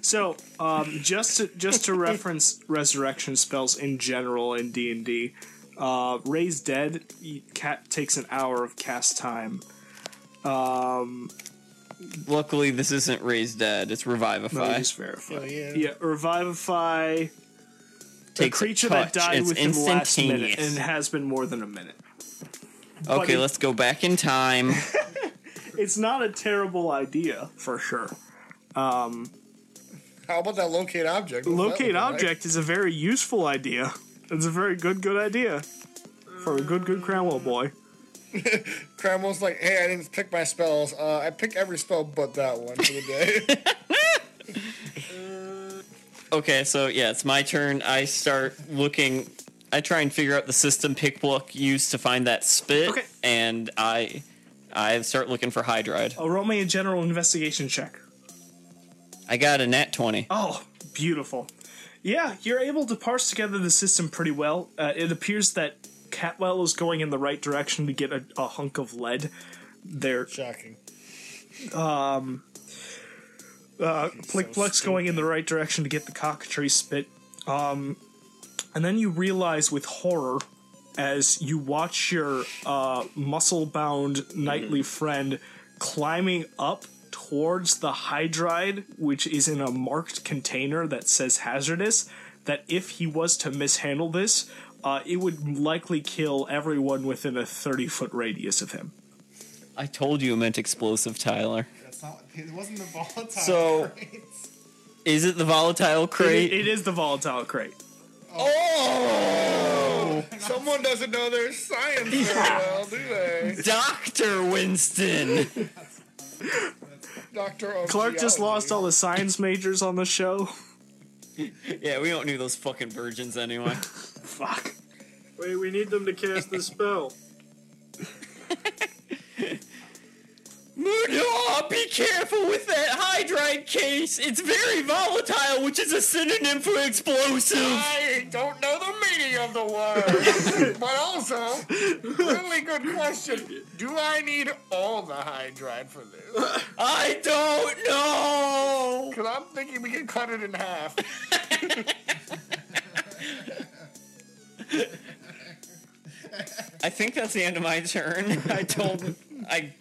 Speaker 2: So, um, just to, just to reference resurrection spells in general in D and D, uh, raise dead y- cat takes an hour of cast time.
Speaker 3: Luckily, this isn't Raise Dead. It's
Speaker 2: Let me
Speaker 3: Revivify.
Speaker 2: just verify.
Speaker 4: Oh, yeah.
Speaker 2: yeah, revivify the
Speaker 3: Takes a
Speaker 2: creature that
Speaker 3: touch.
Speaker 2: died
Speaker 3: It's
Speaker 2: within the last minute
Speaker 3: instantaneous.
Speaker 2: and has been more than a minute.
Speaker 3: Okay,
Speaker 2: it-
Speaker 3: let's go back
Speaker 2: [LAUGHS]
Speaker 3: in time.
Speaker 2: It's not a terrible idea for sure.
Speaker 4: How about that locate object? What was that
Speaker 2: Locate
Speaker 4: looking like?
Speaker 2: object is a very useful idea. It's a very good good idea for a good good Cranwell boy.
Speaker 4: Cramwell's like, "Hey, I didn't pick my spells. Uh, I picked every spell but that one for the
Speaker 3: [LAUGHS]
Speaker 4: day."
Speaker 3: Okay, so yeah, it's my turn. I start looking. I try and figure out the system Pickblock used to find that spit,
Speaker 2: Okay.
Speaker 3: and I, I start looking for Hydride.
Speaker 2: Oh, roll me a general investigation check.
Speaker 3: I got a nat twenty.
Speaker 2: Oh, beautiful. Yeah, you're able to parse together the system pretty well. Uh, it appears that Catwell is going in the right direction to get a, a hunk of lead. There,
Speaker 4: Shocking.
Speaker 2: uh, Plick Pluck's going in the right direction to get the cockatree spit. Um, and then you realize with horror as you watch your uh, muscle bound knightly friend climbing up towards the hydride, which is in a marked container that says hazardous, that if he was to mishandle this, uh, it would likely kill everyone within a 30 foot radius of him.
Speaker 3: I told you it meant explosive, Tyler.
Speaker 7: That's not. It wasn't the volatile.
Speaker 3: So-
Speaker 7: traits.
Speaker 3: Is it the volatile crate?
Speaker 2: It is the volatile crate.
Speaker 4: Oh! Someone doesn't know their science very well, do they?
Speaker 3: Doctor [LAUGHS] Winston.
Speaker 4: Doctor of
Speaker 2: Clark just
Speaker 4: Geology.
Speaker 2: lost all the science majors on the show. [LAUGHS]
Speaker 3: yeah, we don't need those fucking virgins anyway.
Speaker 2: Fuck.
Speaker 5: Wait, we need them to cast the spell.
Speaker 3: Moonjaw, be careful with that hydride case. It's very volatile, which is a synonym for explosive.
Speaker 4: I don't know the meaning of the [LAUGHS] word, but also, really good question. Do I need all the hydride for this?
Speaker 3: I don't know.
Speaker 4: Because I'm thinking we can cut it in half.
Speaker 3: I think that's the end of my turn. [LAUGHS] I told I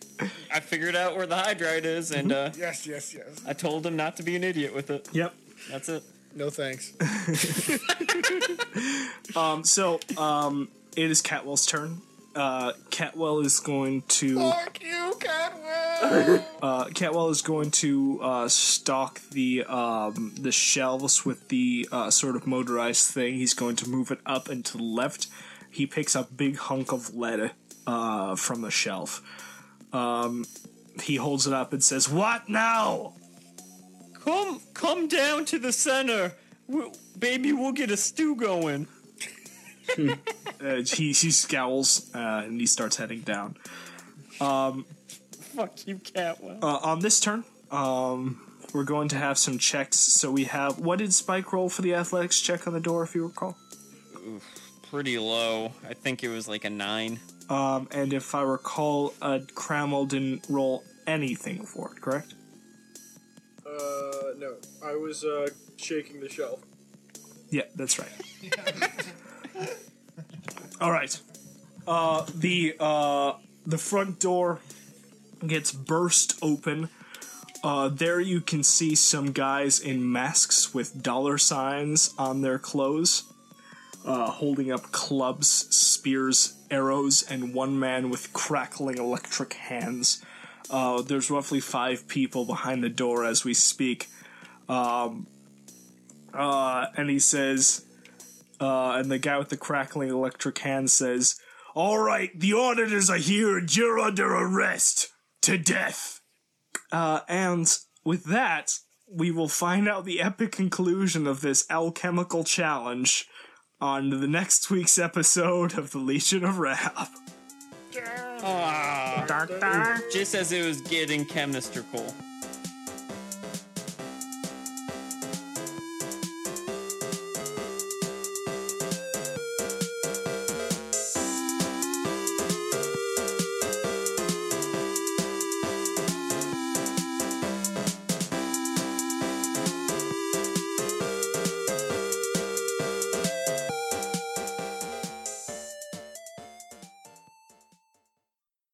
Speaker 3: I figured out where the hydride is and uh,
Speaker 4: Yes, yes, yes.
Speaker 3: I told him not to be an idiot with it.
Speaker 2: Yep.
Speaker 3: That's it.
Speaker 4: No thanks.
Speaker 2: Um, so, um, it is Catwell's turn. Uh, Catwell is going to
Speaker 4: Fuck you, [LAUGHS] Catwell!
Speaker 2: uh, Catwell is going to uh, stock the um, the shelves with the uh, sort of motorized thing. He's going to move it up and to the left. He picks up big hunk of lead uh, from the shelf. Um, he holds it up and says, "What now?"
Speaker 3: Come come down to the center. We'll, baby, we'll get a stew going.
Speaker 2: Uh, he, he scowls uh, and he starts heading down.
Speaker 3: Fuck you, Catwell.
Speaker 2: Uh, on this turn, um, we're going to have some checks. So we have what did Spike roll for the athletics check on the door, if you recall?
Speaker 3: Pretty low. I think it was like a nine.
Speaker 2: Um, and if I recall, uh, Cramel didn't roll anything for it, correct?
Speaker 5: Uh, no. I was uh, shaking the shelf.
Speaker 2: Yeah, that's right. [LAUGHS] All right. Uh, the uh, the front door gets burst open. Uh, there you can see some guys in masks with dollar signs on their clothes, uh, holding up clubs, spears, arrows, and one man with crackling electric hands. Uh, there's roughly five people behind the door as we speak. Uh, and he says, uh, and the guy with the crackling electric hand says, All right, the auditors are here and you're under arrest to death. Uh, and with that, we will find out the epic conclusion of this alchemical challenge on the next week's episode of the Legion of Rap.
Speaker 3: Just as it was getting chemistical.